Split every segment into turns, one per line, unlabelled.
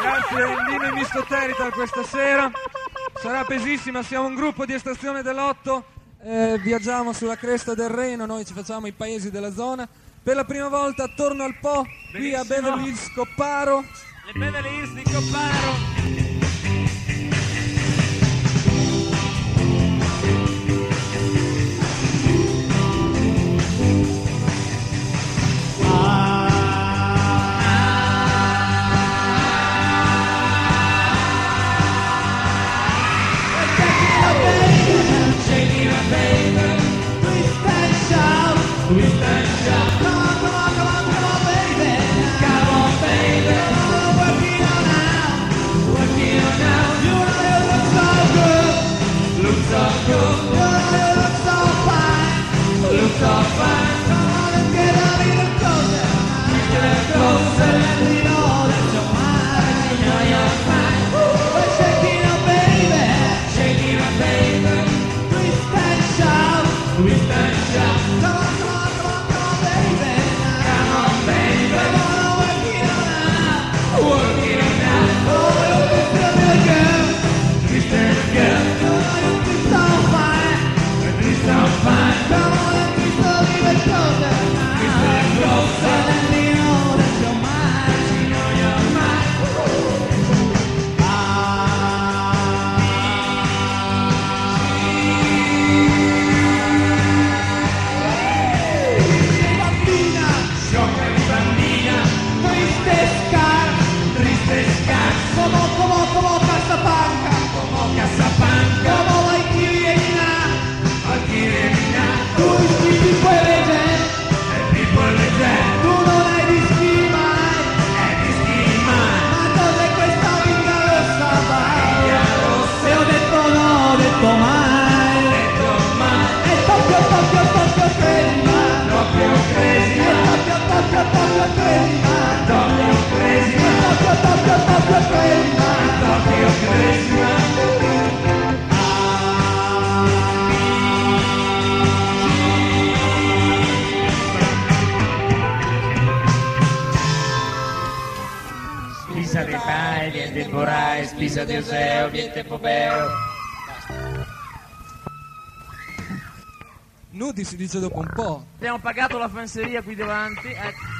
Grazie, Lino e Misto Territal questa sera. Sarà pesissima, siamo un gruppo di Estazione dell'Otto, eh, viaggiamo sulla cresta del Reno, noi ci facciamo i paesi della zona. Per la prima volta attorno al Po, qui a
Benissimo.
Beverly Hills Copparo.
Le Beverly Hills di Copparo.
Spisa dei Pai, Viente il Borai, Spisa di Oseo, Viente Popeo.
Nudi si dice dopo un po'.
Abbiamo pagato la fanseria qui davanti. Ecco.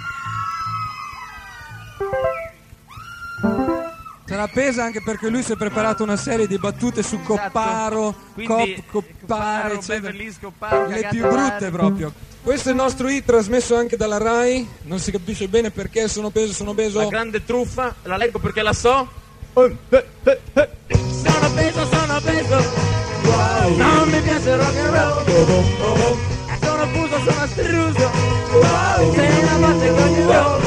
Sarà pesa anche perché lui si è preparato una serie di battute su Copparo,
Esatto. certo. Quindi,
Cop, Coppare,
Copparo,
eccetera.
Beverly Hills, Copparo,
le
cagate
più
a
brutte
mare.
proprio. Questo è il nostro hit trasmesso anche dalla RAI, non si capisce bene perché sono peso, sono
La
peso.
grande truffa, la leggo perché la so. Sono peso, sono peso. Non mi piace il rock and roll. Sono fuso, sono astruso. Sei una voce rock and roll.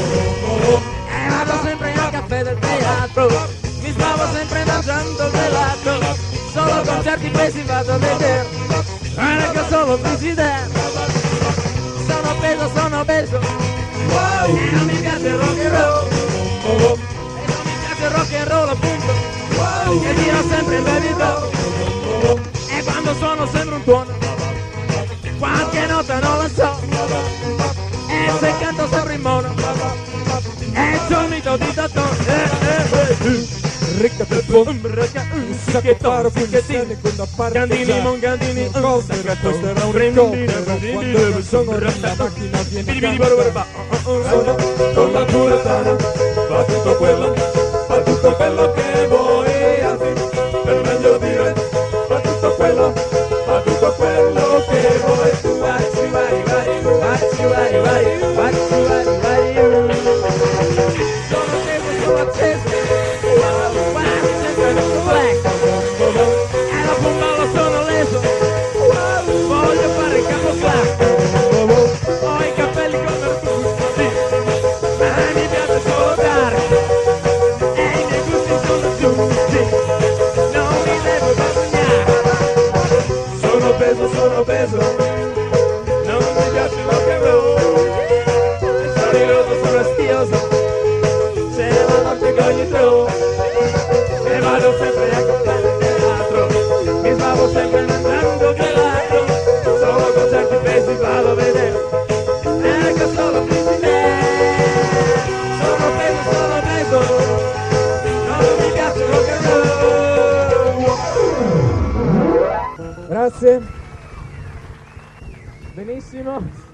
E vado sempre al caffè del teatro. Mi stavo sempre mangiando il gelato. Solo concerti presi vado a vedere. Guarda che sono frigidaire. Sono peso, sono peso. E non mi piace il rock and roll. E non mi piace il rock and roll appunto E tiro sempre il baby doll E quando sono sembra un tuono Qualche nota non la so E se canto sembra in mono E c'ho un mito di Tatton
Ricca del
eh. Un sacchetto, un sacchettino
con la parte
Gandini,
già.
mongandini, un
Cosa che
sacchetto
costerà un
Brindina,
ricovero,
brindina,
quando io sono
brindina,
nella macchina viene
Bidi, bidi,
da-
baro, baro, ba. Oh, oh, oh.
con la puratana fa tutto quello, fa tutto quello che vuoi, anzi, per meglio dire, fa tutto quello, fa tutto quello che vuoi, tu vai, ci vai, vai, vai, ci vai, vai, vai, ci vai, vai,
Sono acceso, sono acceso Guarda, sempre tutto black E la pumbola sono leso Voglio fare il camuflaggio Ho i capelli come Arturo Ma mi piace solo dare E i miei gusti sono giusti Non mi devo vergognare
sono peso, sono peso, non mi piace il rock and roll, sono iroso, sono astioso, se ne va notte che ogni tro, e vado sempre a comprare il teatro, mi stavo sempre mangiando gelato, solo con certi pesi vado a vedere, ecco solo principe, sono peso, sono peso, non
Grazie. Benissimo.